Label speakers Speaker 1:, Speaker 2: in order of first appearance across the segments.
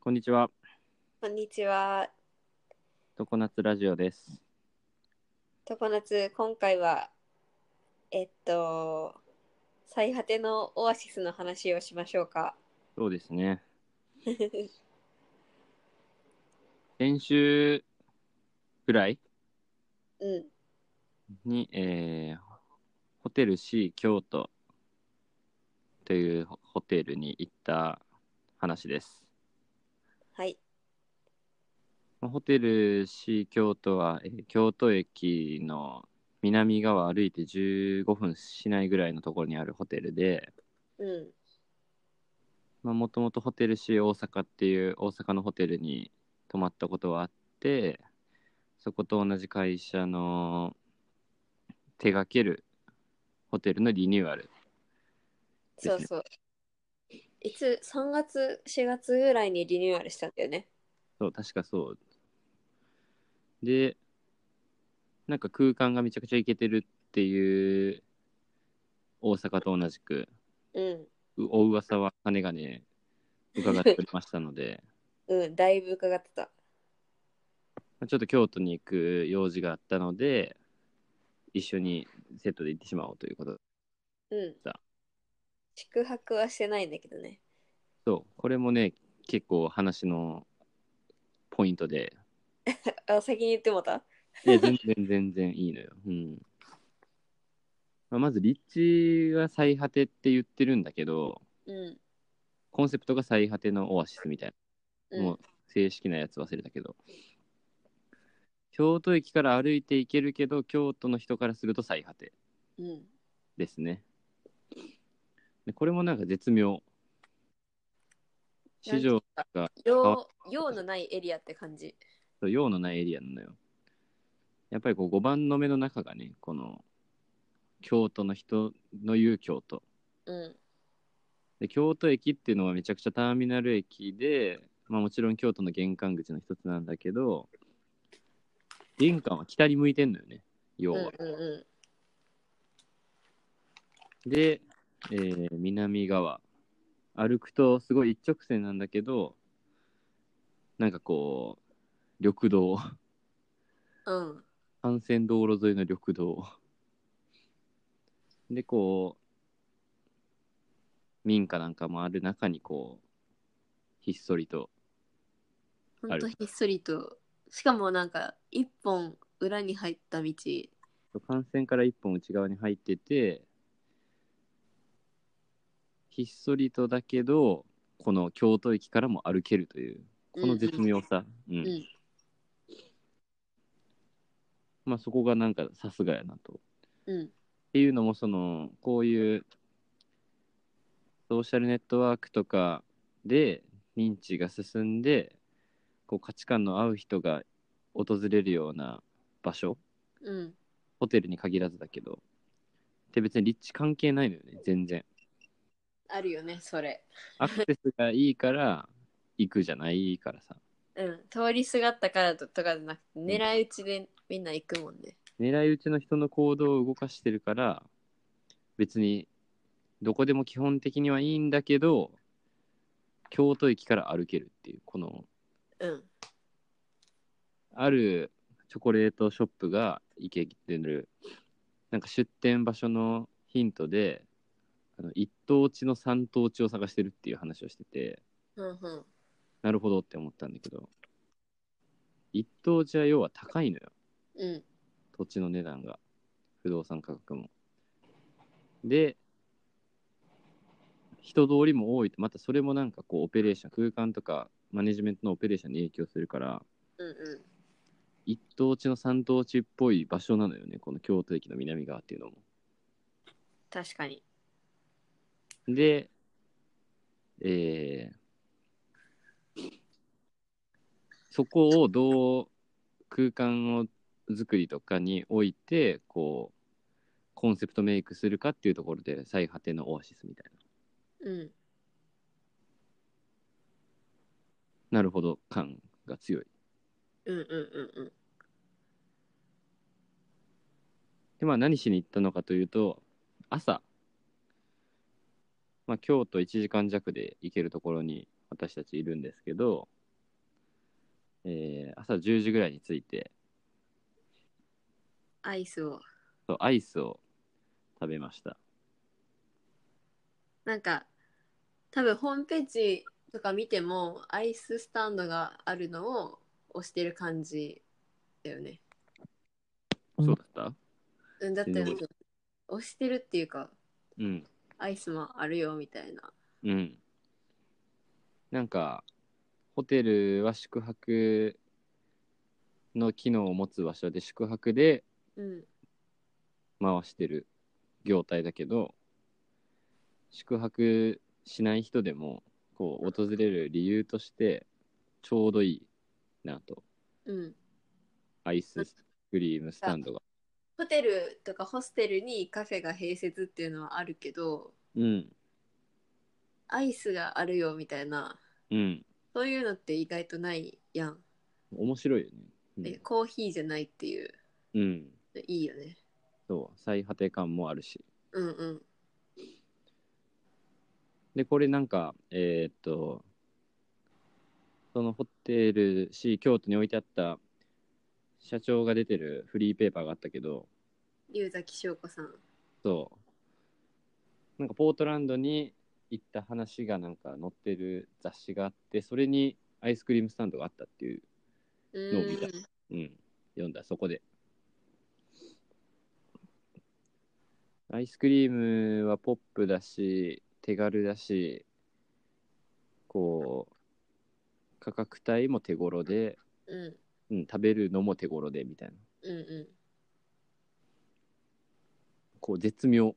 Speaker 1: こんにちは。
Speaker 2: こんにちは。
Speaker 1: 常夏ラジオです。
Speaker 2: 常夏、今回は、えっと、最果てのオアシスの話をしましょうか。
Speaker 1: そうですね。先週ぐらい
Speaker 2: うん、
Speaker 1: に、えーホテル C 京都というホホテルに行った話です。
Speaker 2: はい。
Speaker 1: まあホテル C 京都は、えー京都駅の南側歩いて15分しないぐらいのところにあるホテルで、
Speaker 2: うん、
Speaker 1: まあ、もともとホテル C 大阪っていう大阪のホテルに泊まったことはあってそこと同じ会社の手掛けるホテルのリニューアルすね
Speaker 2: そうそう。いつ、3月、4月ぐらいにリニューアルしたんだよね。
Speaker 1: そう確かそうでなんか空間がめちゃくちゃイケてるっていう大阪と同じく
Speaker 2: うん、
Speaker 1: うお噂は金がね伺っておりましたので
Speaker 2: うん、だいぶ伺ってた。
Speaker 1: まあちょっと京都に行く用事があったので一緒にセットで行ってしまおうということ
Speaker 2: うん
Speaker 1: だ。
Speaker 2: 宿泊はしてないんだけどね。
Speaker 1: そうこれもね結構話のポイントで
Speaker 2: あ、先に言ってもた
Speaker 1: いや全然 全然いいのよ、うんまあまず立地が最果てって言ってるんだけど
Speaker 2: うん、
Speaker 1: コンセプトが最果てのオアシスみたいな
Speaker 2: うん、
Speaker 1: もう正式なやつ忘れたけど。京都駅から歩いて行けるけど、京都の人からすると最果て
Speaker 2: うん、
Speaker 1: ですね。でこれもなんか絶妙。市場が
Speaker 2: 用、用のないエリアって感じ。
Speaker 1: と用のないエリアなのよ。やっぱりこう5番の目の中がね、この京都の人の言う京都。
Speaker 2: うん、
Speaker 1: で京都駅っていうのはめちゃくちゃターミナル駅で、まあ、もちろん京都の玄関口の一つなんだけど玄関は北に向いてんのよね要
Speaker 2: うん、
Speaker 1: は、
Speaker 2: うん、うん。
Speaker 1: で、えー南側歩くとすごい一直線なんだけどなんかこう緑道
Speaker 2: うん、
Speaker 1: 幹線道路沿いの緑道でこう民家なんかもある中にこうひっそりと
Speaker 2: ほんとひっそりとしかもなんか一本裏に入った道
Speaker 1: 感染から一本内側に入っててひっそりとだけどこの京都駅からも歩けるというこの絶妙さ、うん
Speaker 2: うん
Speaker 1: まあ、そこがなんかさすがやなと。っ
Speaker 2: うん
Speaker 1: ていうのもそのこういうソーシャルネットワークとかで認知が進んでこう価値観の合う人が訪れるような場所、
Speaker 2: うん
Speaker 1: ホテルに限らずだけど。で別に立地関係ないのよね、全然。
Speaker 2: あるよねそれ
Speaker 1: アクセスがいいから行くじゃないからさ。
Speaker 2: うん通りすがったからとかじゃなくて狙い撃ちでみんな行くもんね
Speaker 1: 狙い撃ちの人の行動を動かしてるから、別にどこでも基本的にはいいんだけど、京都駅から歩けるっていう、この、
Speaker 2: うん
Speaker 1: あるチョコレートショップが行けてる、なんか出店場所のヒントで、あの一等地の三等地を探してるっていう話をしてて、
Speaker 2: うんうん
Speaker 1: なるほどって思ったんだけど、一等地は要は高いのよ、
Speaker 2: うん
Speaker 1: 土地の値段が、不動産価格も。で、人通りも多いと、またそれもなんかこう、オペレーション、空間とかマネジメントのオペレーションに影響するから、
Speaker 2: うんう
Speaker 1: 一等地の三等地っぽい場所なのよね、この京都駅の南側っていうのも。
Speaker 2: ん確かに
Speaker 1: で、えーそこをどう空間を作りとかにおいて、こう、コンセプトメイクするかっていうところで、最果てのオアシスみたいな。
Speaker 2: うん
Speaker 1: なるほど、感が強い。
Speaker 2: うんうんうんうん
Speaker 1: で、まあ何しに行ったのかというと、朝、まあ京都1時間弱で行けるところに私たちいるんですけど、えー朝10時ぐらいに着いて
Speaker 2: アイスを。
Speaker 1: そうアイスを食べました
Speaker 2: なんか、多分ホームページとか見ても、アイススタンドがあるのを押してる感じだよね。
Speaker 3: うん
Speaker 1: そうだった
Speaker 2: うん、だって
Speaker 1: すご
Speaker 2: 押してるっていうか、
Speaker 1: うん
Speaker 2: アイスもあるよみたいな。
Speaker 1: うんなんかホテルは宿泊の機能を持つ場所で宿泊で
Speaker 2: うん。
Speaker 1: 回してる業態だけど宿泊しない人でもこう訪れる理由としてちょうどいいなと
Speaker 2: うん。
Speaker 1: アイスクリームスタンドが
Speaker 2: ホテルとかホステルにカフェが併設っていうのはあるけど、
Speaker 1: うん
Speaker 2: アイスがあるよみたいな、
Speaker 1: うん
Speaker 2: そういうのって意外とないやん。
Speaker 1: 面白いよ
Speaker 2: で
Speaker 1: ね
Speaker 2: コーヒーじゃないっていう、
Speaker 1: うん、うん、
Speaker 2: いいよね。
Speaker 1: そう最果て感もあるし
Speaker 2: うんうん。
Speaker 1: でこれなんかえーっとそのホテル市京都に置いてあった社長が出てるフリーペーパーがあったけど、
Speaker 2: 龍崎翔子さん。
Speaker 1: そう。なんかポートランドに行った話がなんか載ってる雑誌があって、それにアイスクリームスタンドがあったっていう、
Speaker 2: う
Speaker 1: のを見た
Speaker 2: ん。
Speaker 1: うん、読んだ、そこで。アイスクリームはポップだし、手軽だし、こう、価格帯も手頃で、
Speaker 2: うん
Speaker 1: うん、食べるのも手頃でみたいな。
Speaker 2: うんう
Speaker 1: こう、絶妙。
Speaker 2: ん。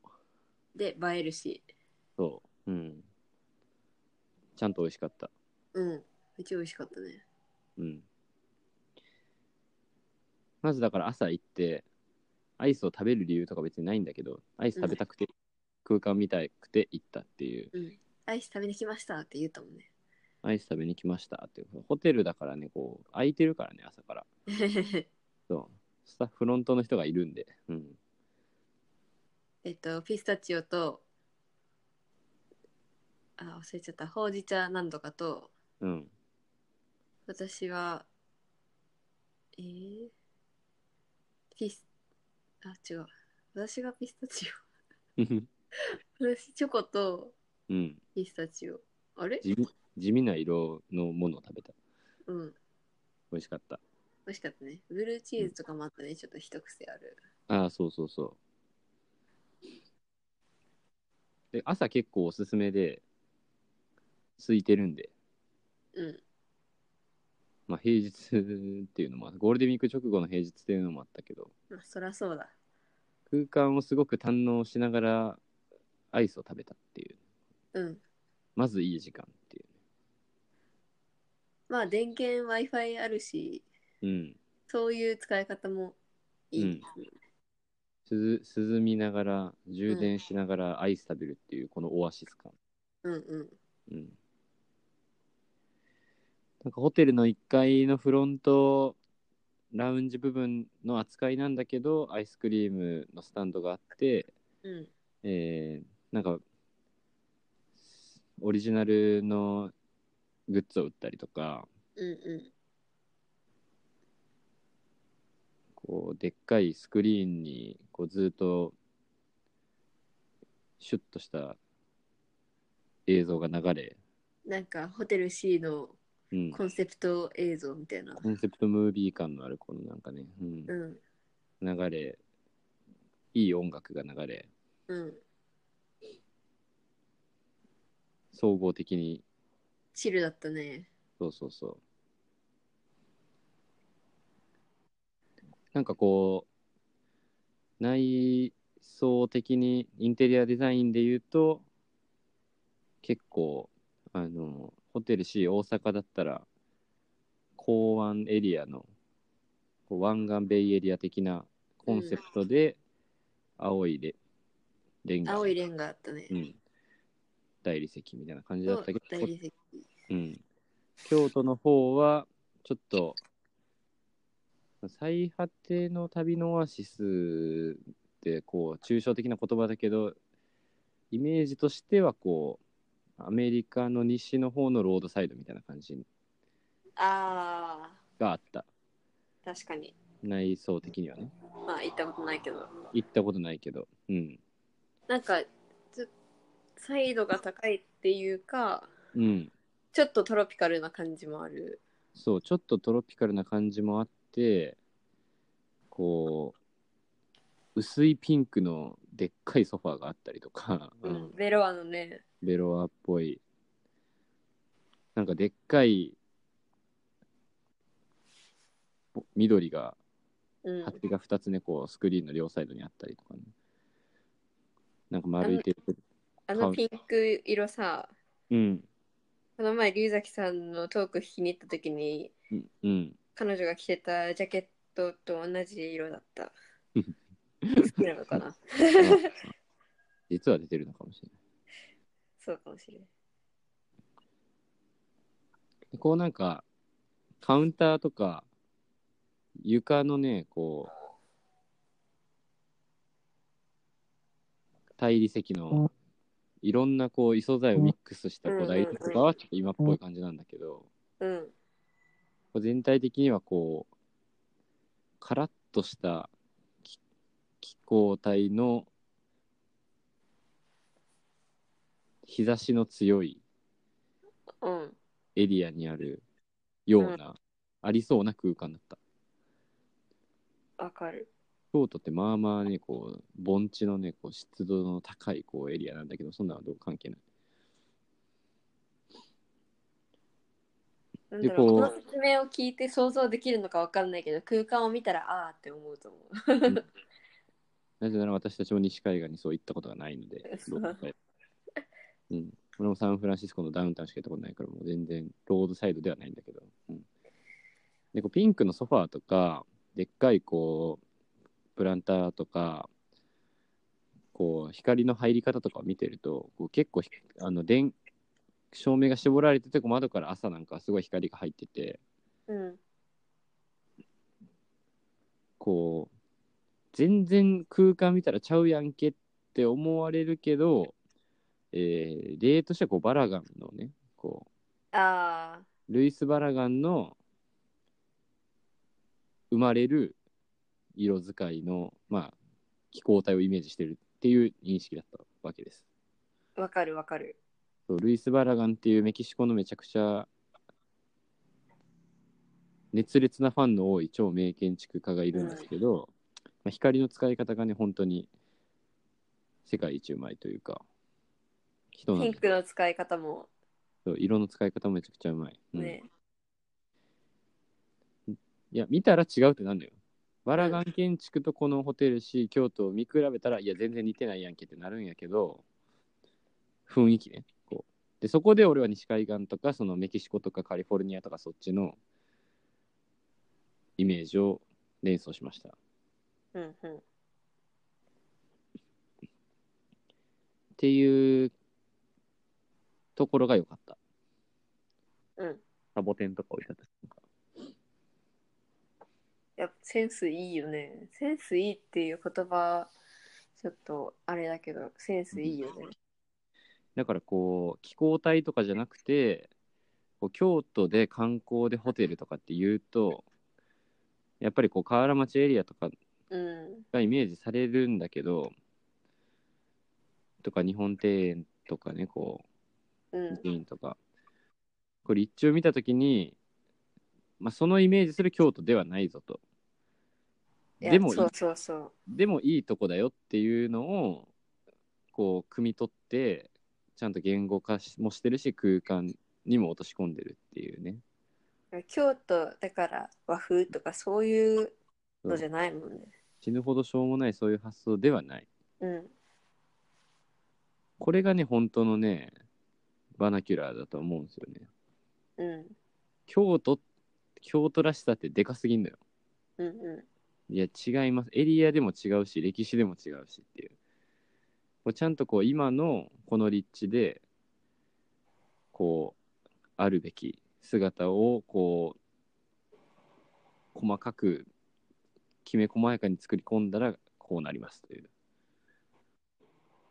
Speaker 2: で、映えるし。
Speaker 1: そう。うん。ちゃんと美味しかった。
Speaker 2: うん。めっちゃ美味しかったね。
Speaker 1: うん。まずだから朝行って、アイスを食べる理由とか別にないんだけど、アイス食べたくて、空間見たくて行ったっていう、
Speaker 2: うん。アイス食べてきましたって言ったもんね。
Speaker 1: アイス食べに来ましたっていう、ホテルだからね、こう、空いてるからね、朝から。そう。スタッフフロントの人がいるんで、うん。
Speaker 2: えっと、ピスタチオと、あ、忘れちゃった。ほうじ茶何度かと、
Speaker 1: うん。
Speaker 2: 私は、えー、ピス、あ、違う。私がピスタチオ。 私、チョコと
Speaker 1: うん。
Speaker 2: ピスタチオ。あれ
Speaker 1: 地味地味な色のものを食べた。
Speaker 2: うん。
Speaker 1: 美味しかった。
Speaker 2: 美味しかったね。ブルーチーズとかもあったね。ちょっと一癖ある。
Speaker 1: ああ、そうそうそう。で、朝結構おすすめで、空いてるんで、
Speaker 2: うん。
Speaker 1: まあ、平日っていうのもあ、ゴールデンウィーク直後の平日っていうのもあったけど、
Speaker 2: まあ、そらそうだ。
Speaker 1: 空間をすごく堪能しながら、アイスを食べたっていう、
Speaker 2: うん。
Speaker 1: まずいい時間ってい
Speaker 2: まあ、電源 Wi-Fi あるし、
Speaker 1: う。うん。
Speaker 2: そういう使い方もいい。
Speaker 1: すず涼みながら、充電しながらアイス食べるっていう、このオアシス感。
Speaker 2: うん、うん、
Speaker 1: うん。なんかホテルの1階のフロント、ラウンジ部分の扱いなんだけど、アイスクリームのスタンドがあって、
Speaker 2: うん。
Speaker 1: えーなんかオリジナルのグッズを売ったりとか
Speaker 2: うん、うん。
Speaker 1: こうでっかいスクリーンにこうずっとシュッとした映像が流れ、
Speaker 2: なんか、ホテル C の
Speaker 1: うん、
Speaker 2: コンセプト映像みたいな。
Speaker 1: コンセプトムービー感のあるこのなんかね、うん
Speaker 2: うん、
Speaker 1: 流れいい音楽が流れ
Speaker 2: うん。
Speaker 1: 総合的に
Speaker 2: チルだったね。
Speaker 1: そうそうそう。なんかこう、内装的にインテリアデザインで言うと、結構、あの、ホテル C 大阪だったら、港湾エリアの、こう湾岸ベイエリア的なコンセプトで、青いレレンガ、
Speaker 2: 青いレンガあったね。
Speaker 1: うん、大理石みたいな感じだ
Speaker 2: そ
Speaker 1: ったけ
Speaker 2: う
Speaker 1: ど、
Speaker 2: 大理石。
Speaker 1: うん、京都の方はちょっと最果ての旅のオアシスってこう抽象的な言葉だけどイメージとしてはこうアメリカの西の方のロードサイドみたいな感じ
Speaker 2: あ
Speaker 1: があった
Speaker 2: 確かに。
Speaker 1: 内装的にはね
Speaker 2: まあ、行ったことないけど。
Speaker 1: 行ったことないけどうん
Speaker 2: なんか、ちょ彩度が高いっていうか、
Speaker 1: うん
Speaker 2: ちょっとトロピカルな感じもある。
Speaker 1: そうちょっとトロピカルな感じもあってこう薄いピンクのでっかいソファーがあったりとか、
Speaker 2: う
Speaker 1: うんん、
Speaker 2: ベロアのね、
Speaker 1: ベロアっぽいなんかでっかいお緑が
Speaker 2: うん、
Speaker 1: 鉢が2つねこうスクリーンの両サイドにあったりとかねなんか丸いテーブル
Speaker 2: あのピンク色さ、
Speaker 1: うん
Speaker 2: この前、龍崎さんのトーク聞きに行った時に、
Speaker 1: うんうん
Speaker 2: 彼女が着てたジャケットと同じ色だった。好きなの かな
Speaker 1: 実は出てるのかもしれない
Speaker 2: そうかもしれない。
Speaker 1: でこうなんかカウンターとか床のねこう大理石のいろんなこう異素材をミックスした
Speaker 2: うん
Speaker 1: 古代とかはちょっと今っぽい感じなんだけど、
Speaker 2: うん。
Speaker 1: こう全体的にはこうカラッとしたき気候帯の日差しの強い
Speaker 2: うん。
Speaker 1: エリアにあるような、ありそうな空間だった
Speaker 2: わかる。
Speaker 1: 京都ってまあまあねこう盆地のねこう湿度の高いこうエリアなんだけどそんなのはどう関係ない
Speaker 2: なんだろう
Speaker 1: こ
Speaker 2: こ
Speaker 1: う
Speaker 2: の説明を聞いて想像できるのかわかんないけど、空間を見たらああって思うと思う。
Speaker 1: なぜなら私たちも西海岸にそう行ったことがないので
Speaker 2: そう
Speaker 1: ロードサイドうん、俺もサンフランシスコのダウンタウンしか行ったことないからもう全然ロードサイドではないんだけど、うん、でこうピンクのソファーとかでっかいこうプランターとかこう光の入り方とかを見てるとこう結構ひあの電照明が絞られててこう窓から朝なんかすごい光が入ってて
Speaker 2: うん。
Speaker 1: こう全然空間見たらちゃうやんけって思われるけど、えー例としてはこうバラガンのねこ
Speaker 2: ああ、
Speaker 1: うルイス・バラガンの生まれる色使いの、まあ、気候帯をイメージしてるっていう認識だったわけです。
Speaker 2: わかるわかる。
Speaker 1: そうルイス・バラガンっていうメキシコのめちゃくちゃ熱烈なファンの多い超名建築家がいるんですけど、まあ、光の使い方がね本当に世界一うまいというか人な
Speaker 2: ピ
Speaker 1: ん
Speaker 2: ン
Speaker 1: だ
Speaker 2: クの使い方も
Speaker 1: けど色の使い方もめちゃくちゃうまい、うん
Speaker 2: ね。
Speaker 1: いや見たら違うってなんだよバラガン建築とこのホテルし京都を見比べたらいや全然似てないやんけってなるんやけど雰囲気ねこうでそこで俺は西海岸とかそのメキシコとかカリフォルニアとかそっちのイメージを連想しましたっ
Speaker 2: うんうん。
Speaker 1: ていうところが良かった
Speaker 2: うん。
Speaker 1: サボテンとか置いてあったりとか
Speaker 2: やっぱセンスいいよね。センスいいっていう言葉、ちょっとあれだけど、センスいいよね。
Speaker 1: だからこう気候帯とかじゃなくてこう京都で観光でホテルとかって言うとやっぱりこう河原町エリアとか
Speaker 2: うん。
Speaker 1: がイメージされるんだけどとか日本庭園とかねこ
Speaker 2: う。
Speaker 1: うん寺院とかこう立地を見た時に、まあ、そのイメージする京都ではないぞと
Speaker 2: いや
Speaker 1: でもいい
Speaker 2: そうそうそう。
Speaker 1: でもいいとこだよっていうのをこう汲み取ってちゃんと言語化しもしてるし空間にも落とし込んでるっていうね
Speaker 2: 京都だから和風とかそういうのじゃないもんね。
Speaker 1: 死ぬほどしょうもないそういう発想ではない
Speaker 2: うん。
Speaker 1: これがね本当のねバナキュラーだと思うんですよね
Speaker 2: うん。
Speaker 1: 京都京都らしさってでかすぎんのよ
Speaker 2: うんう。
Speaker 1: いや違いますエリアでも違うし歴史でも違うしっていうこうちゃんとこう今のこの立地でこうあるべき姿をこう細かくきめ細やかに作り込んだらこうなりますという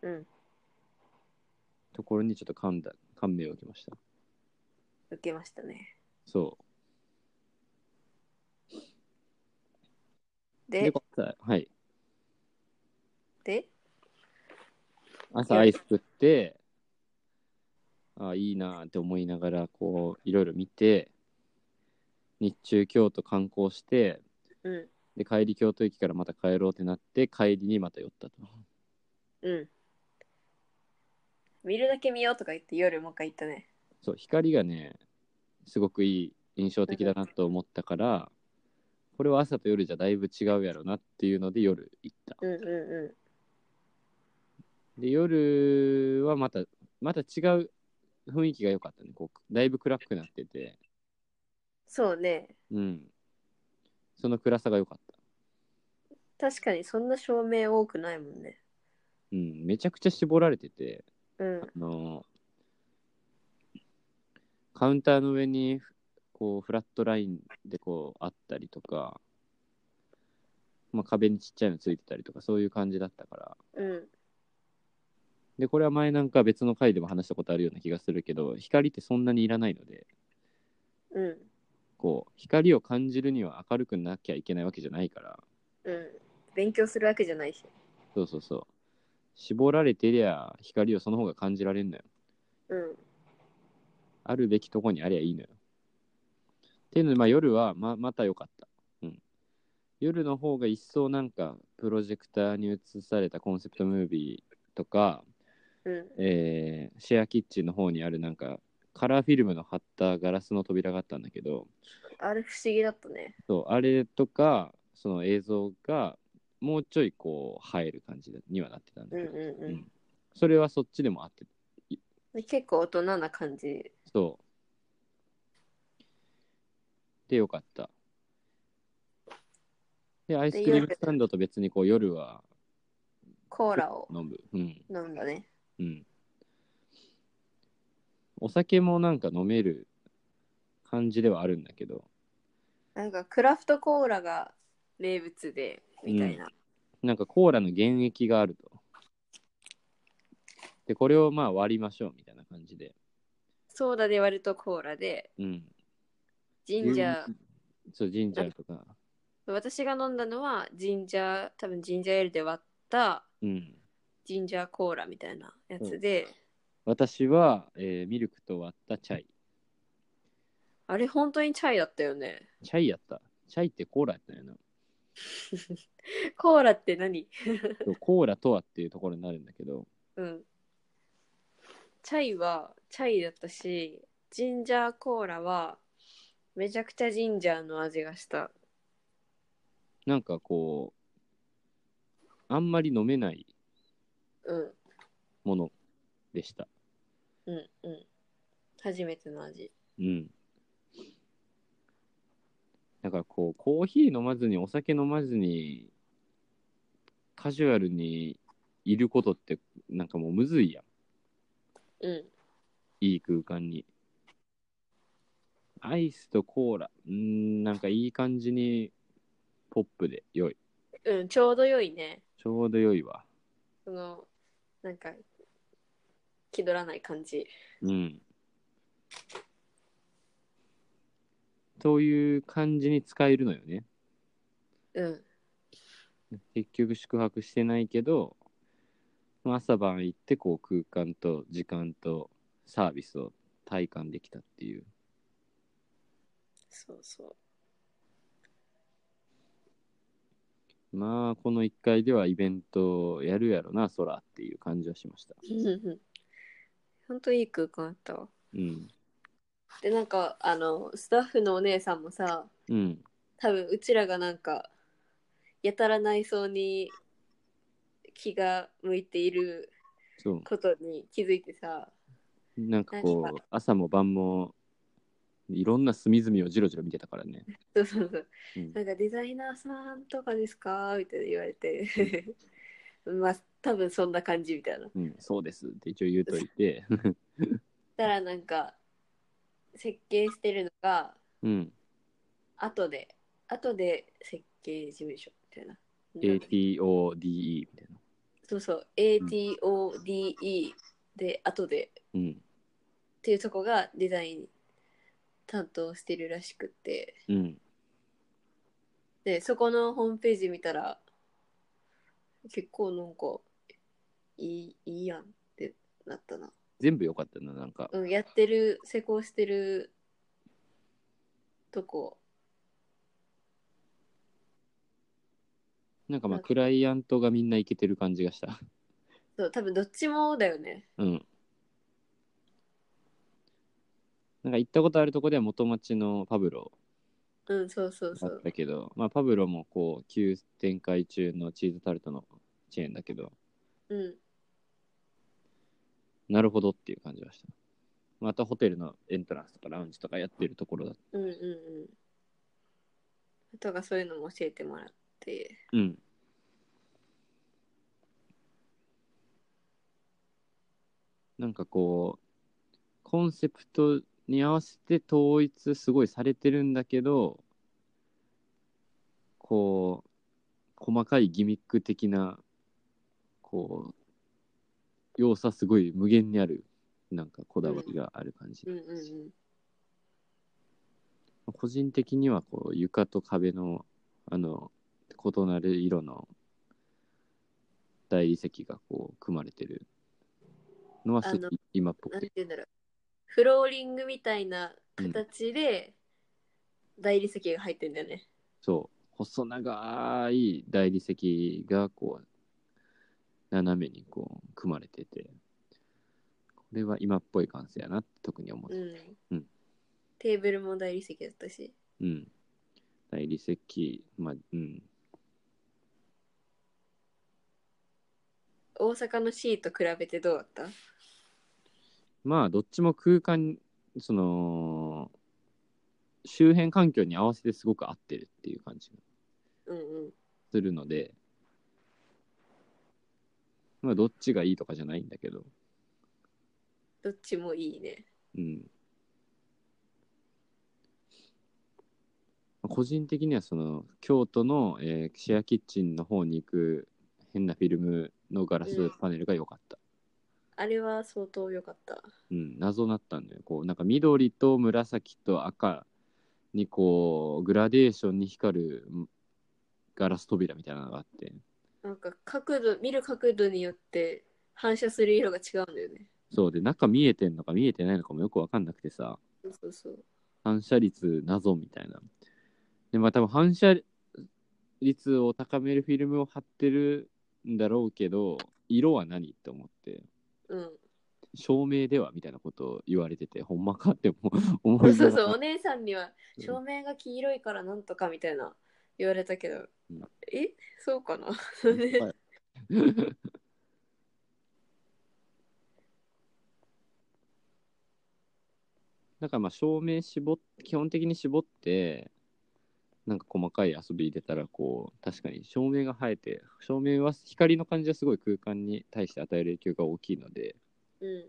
Speaker 1: ん
Speaker 2: うん。
Speaker 1: ところにちょっと感だ感銘を受けました
Speaker 2: 受けましたね。
Speaker 1: そ
Speaker 2: で、
Speaker 1: 朝はい
Speaker 2: で、
Speaker 1: 朝アイス食ってあいいなって思いながらこういろいろ見て日中京都観光して
Speaker 2: うん、
Speaker 1: で帰り京都駅からまた帰ろうってなって帰りにまた寄ったと
Speaker 2: うん。見るだけ見ようとか言って夜もう一回行ったね。
Speaker 1: そう光がねすごくいい印象的だなと思ったからこれは朝と夜じゃだいぶ違うやろなっていうので夜行った
Speaker 2: うんうんう
Speaker 1: で夜はまたまた違う雰囲気が良かったねこうだいぶ暗くなってて
Speaker 2: ん。そうね。
Speaker 1: うんその暗さが良かった
Speaker 2: 確かにそんな照明多くないもんね。
Speaker 1: うんめちゃくちゃ絞られてて
Speaker 2: うん。
Speaker 1: あのカウンターの上にこうフラットラインでこうあったりとか、まあ、壁にちっちゃいのついてたりとかそういう感じだったから
Speaker 2: うん。
Speaker 1: でこれは前なんか別の回でも話したことあるような気がするけど光ってそんなにいらないので
Speaker 2: うん。
Speaker 1: こう光を感じるには明るくなきゃいけないわけじゃないから
Speaker 2: うん。勉強するわけじゃないし。
Speaker 1: そうそうそう絞られてりゃ光をその方が感じられるのよ
Speaker 2: うん。
Speaker 1: あるべきとこにありゃいいのよ。っていうので、まあ、夜はままた良かった、うん。夜の方が一層なんかプロジェクターに映されたコンセプトムービーとか、
Speaker 2: うん。
Speaker 1: えーシェアキッチンの方にあるなんかカラーフィルムの貼ったガラスの扉があったんだけど
Speaker 2: あれ不思議だったね。
Speaker 1: そうあれとかその映像がもうちょいこう映える感じにはなってたんだ
Speaker 2: うん
Speaker 1: けど、
Speaker 2: うんうん。
Speaker 1: それはそっちでもあって
Speaker 2: で結構大人な感じ。
Speaker 1: そう。で、よかった。で、アイスクリーム
Speaker 2: 夜
Speaker 1: スタンドと別にこう夜は
Speaker 2: コーラを
Speaker 1: 飲む。うん。
Speaker 2: 飲んだね。
Speaker 1: うん。お酒もなんか飲める感じではあるんだけど、
Speaker 2: なんかクラフトコーラが名物で、みたいな。
Speaker 1: なんかコーラの原液があると。で、これをまあ割りましょうみたいな感じで。
Speaker 2: ソーダで割るとコーラで、
Speaker 1: うん。
Speaker 2: ジンジャー、
Speaker 1: そう、ジンジャーとか。
Speaker 2: 私が飲んだのはジンジャー、多分ジンジャーエールで割った
Speaker 1: うん。
Speaker 2: ジンジャーコーラみたいなやつで、
Speaker 1: 私は、えーミルクと割ったチャイ。
Speaker 2: あれ本当にチャイだったよね。
Speaker 1: チャイやった。チャイってコーラやったよな。
Speaker 2: コーラって何
Speaker 1: そうコーラとはっていうところになるんだけど、
Speaker 2: うん。チャイはチャイだったし、ジンジャーコーラはめちゃくちゃジンジャーの味がした。
Speaker 1: なんかこう、あんまり飲めない
Speaker 2: うん、
Speaker 1: ものでした。
Speaker 2: うん、うん。初めての味。
Speaker 1: うん。だからこう、コーヒー飲まずにお酒飲まずに、カジュアルにいることって、なんかもうむずいやん。
Speaker 2: うん、
Speaker 1: いい空間に。アイスとコーラ、うーん、なんかいい感じに、ポップで良い。
Speaker 2: うん、ちょうど良いね。
Speaker 1: ちょうど良いわ。
Speaker 2: その、なんか、気取らない感じ。
Speaker 1: うん。という感じに使えるのよね。
Speaker 2: うん、
Speaker 1: 結局宿泊してないけど、まあ朝晩行ってこう空間と時間とサービスを体感できたっていう。
Speaker 2: そうそう。
Speaker 1: まあこの1階ではイベントをやるやろな、空っていう感じはしました。
Speaker 2: 本当いい空間あったわ。
Speaker 1: うん。
Speaker 2: で、なんか、あの、スタッフのお姉さんもさ、
Speaker 1: うん。
Speaker 2: 多分うちらがなんかやたら内装に気が向いている
Speaker 1: そう。
Speaker 2: ことに気づいてさ
Speaker 1: なんかこ
Speaker 2: なん
Speaker 1: う、朝も晩もいろんな隅々をじろじろ見てたからね。
Speaker 2: そうそうそう
Speaker 1: うん
Speaker 2: なんかデザイナーさんとかですかみたいな言われて まあ多分そんな感じみたいな
Speaker 1: うん、そうですって一応言うといて。
Speaker 2: たらなんか設計してるのが
Speaker 1: うん。
Speaker 2: 後で後で設計事務所みたいな
Speaker 1: ATODE みたいな。
Speaker 2: そうそう ATODE で後で
Speaker 1: うん。
Speaker 2: っていうとこがデザイン担当してるらしくて
Speaker 1: うん。
Speaker 2: で、そこのホームページ見たら、結構なんか、いい、いいやんってなったな。
Speaker 1: 全部良かったな、なんか。
Speaker 2: うん、やってる、施工してるとこ。
Speaker 1: なんかまあ、
Speaker 2: なんか
Speaker 1: クライアントがみんなイケてる感じがした。
Speaker 2: そう、多分どっちもだよね。
Speaker 1: うん。なんか行ったことあるとこでは元町のパブロ
Speaker 2: うん、そうそうそ
Speaker 1: だっ
Speaker 2: う。
Speaker 1: たけど、まあ、パブロもこう、急展開中のチーズタルトのチェーンだけど、
Speaker 2: うん。
Speaker 1: なるほどっていう感じがした。またホテルのエントランスとかラウンジとかやってるところだった。
Speaker 2: うんうんうん。あとがそういうのも教えてもらって。
Speaker 1: うん。なんかこう、コンセプトに合わせて統一すごいされてるんだけど、こう、細かいギミック的な、こう、要素はすごい無限にある、なんかこだわりがある感じ。
Speaker 2: うんうんうん。
Speaker 1: 個人的にはこう床と壁のあの異なる色の大理石がこう組まれてるのはすご
Speaker 2: あの
Speaker 1: い今っぽ
Speaker 2: なん
Speaker 1: く
Speaker 2: て
Speaker 1: て
Speaker 2: 言うんだろう。フローリングみたいな形で、大理石が入ってんだよね。
Speaker 1: そう細長い大理石がこう斜めにこう組まれててこれは今っぽい感性やなって特に思って
Speaker 2: うん。
Speaker 1: うん
Speaker 2: テーブルも大理石だったし。
Speaker 1: うん。大理石まあうん
Speaker 2: 大阪のシーと比べてどうだった
Speaker 1: まあどっちも空間その周辺環境に合わせてすごく合ってるっていう感じが
Speaker 2: うんうん。
Speaker 1: するのでまあどっちがいいとかじゃないんだけど
Speaker 2: どっちもいいね。
Speaker 1: うん個人的にはその京都の、えーシェアキッチンの方に行く変なフィルムのガラスパネルが良かった、
Speaker 2: あれは相当良かった。
Speaker 1: うん、謎だったんだよ。こう、なんか緑と紫と赤にこう、グラデーションに光るうんガラス扉みたいなのがあって、
Speaker 2: なんか角度、見る角度によって反射する色が違うんだよね。
Speaker 1: そうで、中見えてんのか見えてないのかもよくわかんなくてさ、
Speaker 2: そうそうそう。
Speaker 1: 反射率謎みたいな。で、まあ多分反射率を高めるフィルムを貼ってるんだろうけど、色は何って思って、
Speaker 2: うん。
Speaker 1: 照明ではみたいなことを言われてて、ほんまかって思 う思
Speaker 2: そう
Speaker 1: いなが
Speaker 2: そ
Speaker 1: ら
Speaker 2: うそうお姉さんには
Speaker 1: うん
Speaker 2: 照明が黄色いからなんとかみたいな言われたけど、
Speaker 1: うん
Speaker 2: えそうかな ね
Speaker 1: はい だからまあ照明絞っ基本的に絞ってなんか細かい遊び入れたらこう確かに照明が生えて照明は光の感じはすごい空間に対して与える影響が大きいので
Speaker 2: うん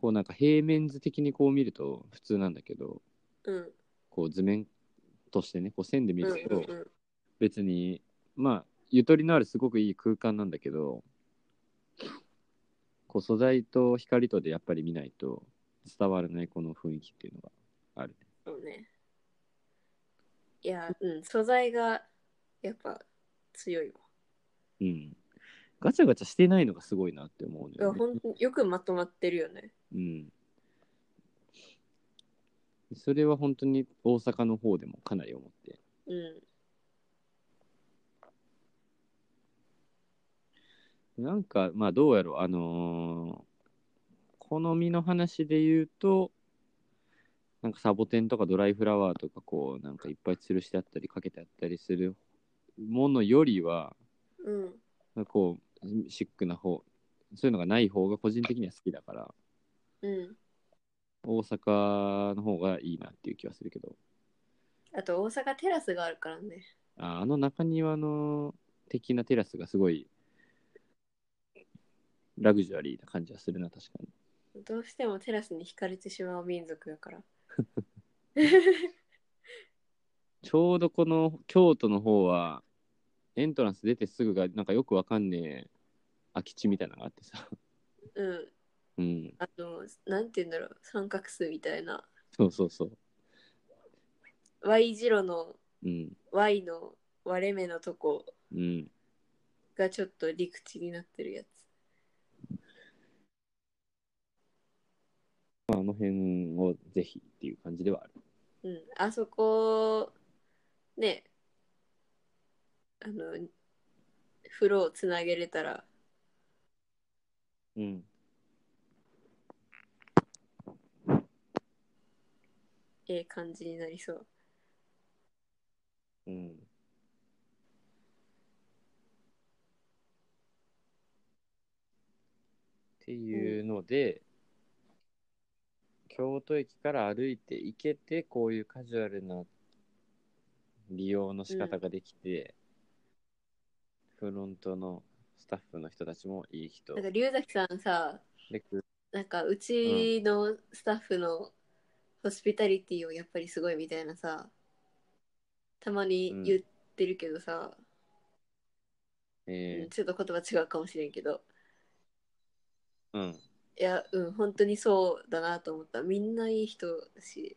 Speaker 1: こうなんか平面図的にこう見ると普通なんだけど
Speaker 2: うん
Speaker 1: こう図面としてねこう線で見
Speaker 2: うん
Speaker 1: ると
Speaker 2: うん
Speaker 1: 別にまあゆとりのあるすごくいい空間なんだけどこう素材と光とでやっぱり見ないと伝わらないこの雰囲気っていうのがある。
Speaker 2: そうねいやうん素材がやっぱ強いわ
Speaker 1: うん。ガチャガチャしてないのがすごいなって思う
Speaker 2: いや
Speaker 1: の
Speaker 2: ほ
Speaker 1: よ、
Speaker 2: ん
Speaker 1: ね。
Speaker 2: よくまとまってるよね
Speaker 1: うん。それは本当に大阪の方でもかなり思って。
Speaker 2: うん
Speaker 1: なんか、まあどうやろう、あのー好みの話で言うと、なんかサボテンとかドライフラワーとかこう、なんかいっぱい吊るしてあったりかけてあったりするものよりは、
Speaker 2: うん
Speaker 1: こう、シックな方、そういうのがない方が個人的には好きだから、
Speaker 2: うん
Speaker 1: 大阪の方がいいなっていう気はするけど。
Speaker 2: あと大阪テラスがあるからね
Speaker 1: ああの中庭の的なテラスがすごいラグジュアリーな感じはするな、確かに。
Speaker 2: どうしてもテラスに惹かれてしまう民族だから
Speaker 1: ちょうどこの京都の方はエントランス出てすぐがなんかよくわかんねえ空き地みたいなのがあってさ。
Speaker 2: うん
Speaker 1: うん、
Speaker 2: あのなんて言うんだろう三角巣みたいな
Speaker 1: そうそうそう。
Speaker 2: Y 字路の
Speaker 1: うん
Speaker 2: Y の割れ目のとこ
Speaker 1: うん
Speaker 2: がちょっと陸地になってるやつ。
Speaker 1: まああの辺をぜひっていう感じではある
Speaker 2: うん、あそこ、ね、あの、風呂をつなげれたら、
Speaker 1: うん
Speaker 2: ええ感じになりそう。
Speaker 1: うんっていうので、京都駅から歩いて行けてこういうカジュアルな利用の仕方ができて、フロントのスタッフの人たちもいい人
Speaker 2: なんか、龍崎さんさ、
Speaker 1: でく
Speaker 2: なんか、うちのスタッフのホスピタリティをやっぱりすごいみたいなさ、たまに言ってるけどさ、う
Speaker 1: え
Speaker 2: んちょっと言葉違うかもしれんけど、
Speaker 1: ーうん、
Speaker 2: いや、うん、本当にそうだなと思った。みんないい人だし、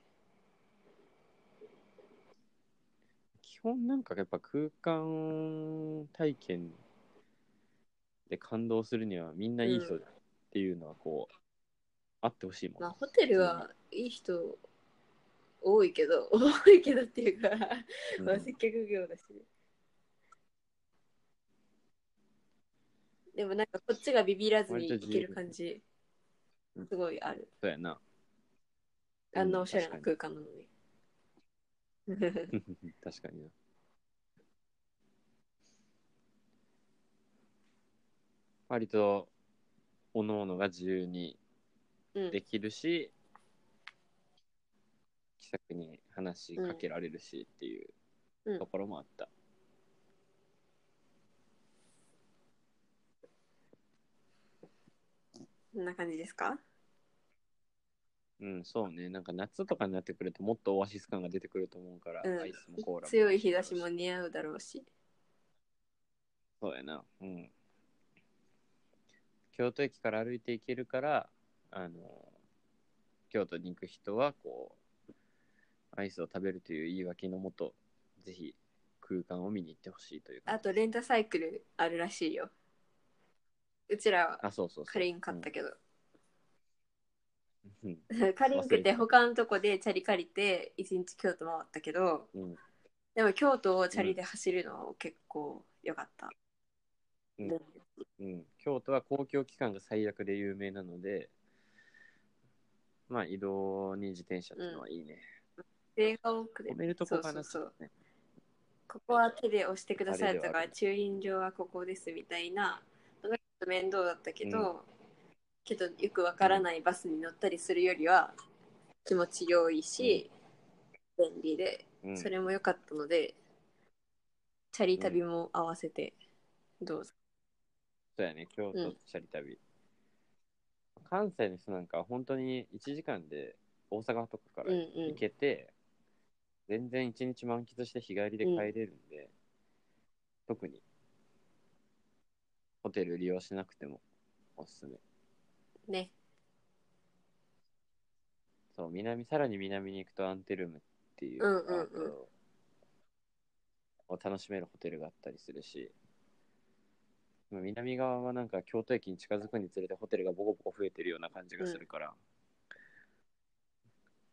Speaker 1: 基本なんかやっぱ空間体験で感動するにはみんないい人っていうのはこう、あってほしいもん、
Speaker 2: まあ、ホテルはいい人多いけど、多いけどっていうか、
Speaker 1: うん
Speaker 2: まあ、接客業だし。でもなんかこっちがビビらずにいける感じ
Speaker 1: 割と自由うん、
Speaker 2: すごいある。
Speaker 1: そうやな
Speaker 2: あんなおしゃれな
Speaker 1: うん
Speaker 2: 空間なのに。
Speaker 1: 確かに な。割と、おのおのが自由に
Speaker 2: うん
Speaker 1: できるし、気さくに話しかけられるしっていううんところもあった。
Speaker 2: こんな感じですか
Speaker 1: うん、そうね。なんか夏とかになってくると、もっとオアシス感が出てくると思うから、
Speaker 2: うん
Speaker 1: アイスもコーラも。
Speaker 2: 強い日差しも似合うだろうし。
Speaker 1: そうやな。うん。京都駅から歩いて行けるから、あの、京都に行く人は、こう、アイスを食べるという言い訳のもと、ぜひ空間を見に行ってほしいというか。
Speaker 2: あとレンタサイクルあるらしいよ。うちらは
Speaker 1: あ、そうそうそう。
Speaker 2: カリン買ったけど。
Speaker 1: うん。
Speaker 2: カリンクって他のとこでチャリ借りて一日京都回ったけど
Speaker 1: うん。
Speaker 2: でも京都をチャリで走るの結構良かった、
Speaker 1: うんうん。京都は公共機関が最悪で有名なので、まあ、移動に自転車っていうのはいいね。
Speaker 2: 映画をくれ
Speaker 1: 褒めるとこかな
Speaker 2: そうそう
Speaker 1: ち
Speaker 2: そう
Speaker 1: ょっとね
Speaker 2: ここは手で押してください
Speaker 1: あれ
Speaker 2: と
Speaker 1: ではあ
Speaker 2: か
Speaker 1: る
Speaker 2: 駐輪場はここですみたいなのがちょっと面倒だったけど、けどよくわからないバスに乗ったりするよりは気持ち良いし、便利で
Speaker 1: うん
Speaker 2: それも良かったので、チャリ旅も合わせてどうぞ、
Speaker 1: そうやね、京
Speaker 2: う
Speaker 1: 都
Speaker 2: ん
Speaker 1: チャリ旅。関西の人なんかは本当に1時間で大阪とかから
Speaker 2: うんう
Speaker 1: 行
Speaker 2: ん
Speaker 1: けて、全然1日満喫して日帰りで帰れるんで、特にホテル利用しなくてもおすすめ。
Speaker 2: ね
Speaker 1: そう、南、さらに南に行くとアンテルムっていう、
Speaker 2: うんうんう
Speaker 1: あ
Speaker 2: ん
Speaker 1: のを楽しめるホテルがあったりするし、まあ南側はなんか京都駅に近づくにつれてホテルがボコボコ増えてるような感じがするから、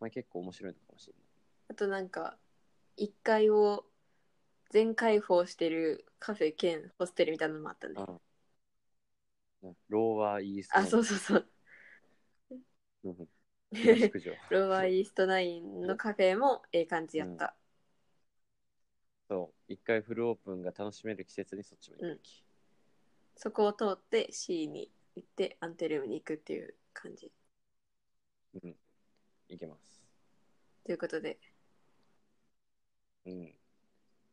Speaker 1: まあ結構面白いのかもしれない。
Speaker 2: あとなんか1階を全開放してるカフェ兼ホステルみたいなのもあったね
Speaker 1: うんローワーイースト
Speaker 2: あそうそうそう
Speaker 1: うん東九条
Speaker 2: ロワイーストナインのカフェもええ感じやった、
Speaker 1: そう、一回フルオープンが楽しめる季節にそっちも行くべき。
Speaker 2: そこを通って C に行ってアンテルムに行くっていう感じ
Speaker 1: うん、行けます。
Speaker 2: ということで
Speaker 1: うん。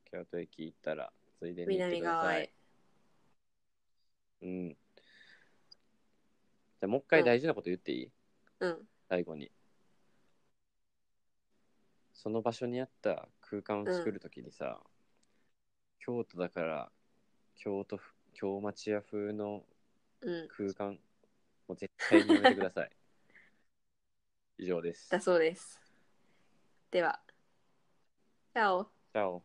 Speaker 1: 京都駅行ったら、ついでに行って
Speaker 2: 南
Speaker 1: くださ
Speaker 2: 側
Speaker 1: い
Speaker 2: へ。
Speaker 1: うん。じゃあ、もう一回大事なこと言っていい、
Speaker 2: うん
Speaker 1: 最後に。その場所にあった空間を作るときにさ、京都だから、京都ふ、京町屋風の
Speaker 2: うん
Speaker 1: 空間を絶対にやめてください。以上です。
Speaker 2: だそうですではチャオ。
Speaker 1: チャオ。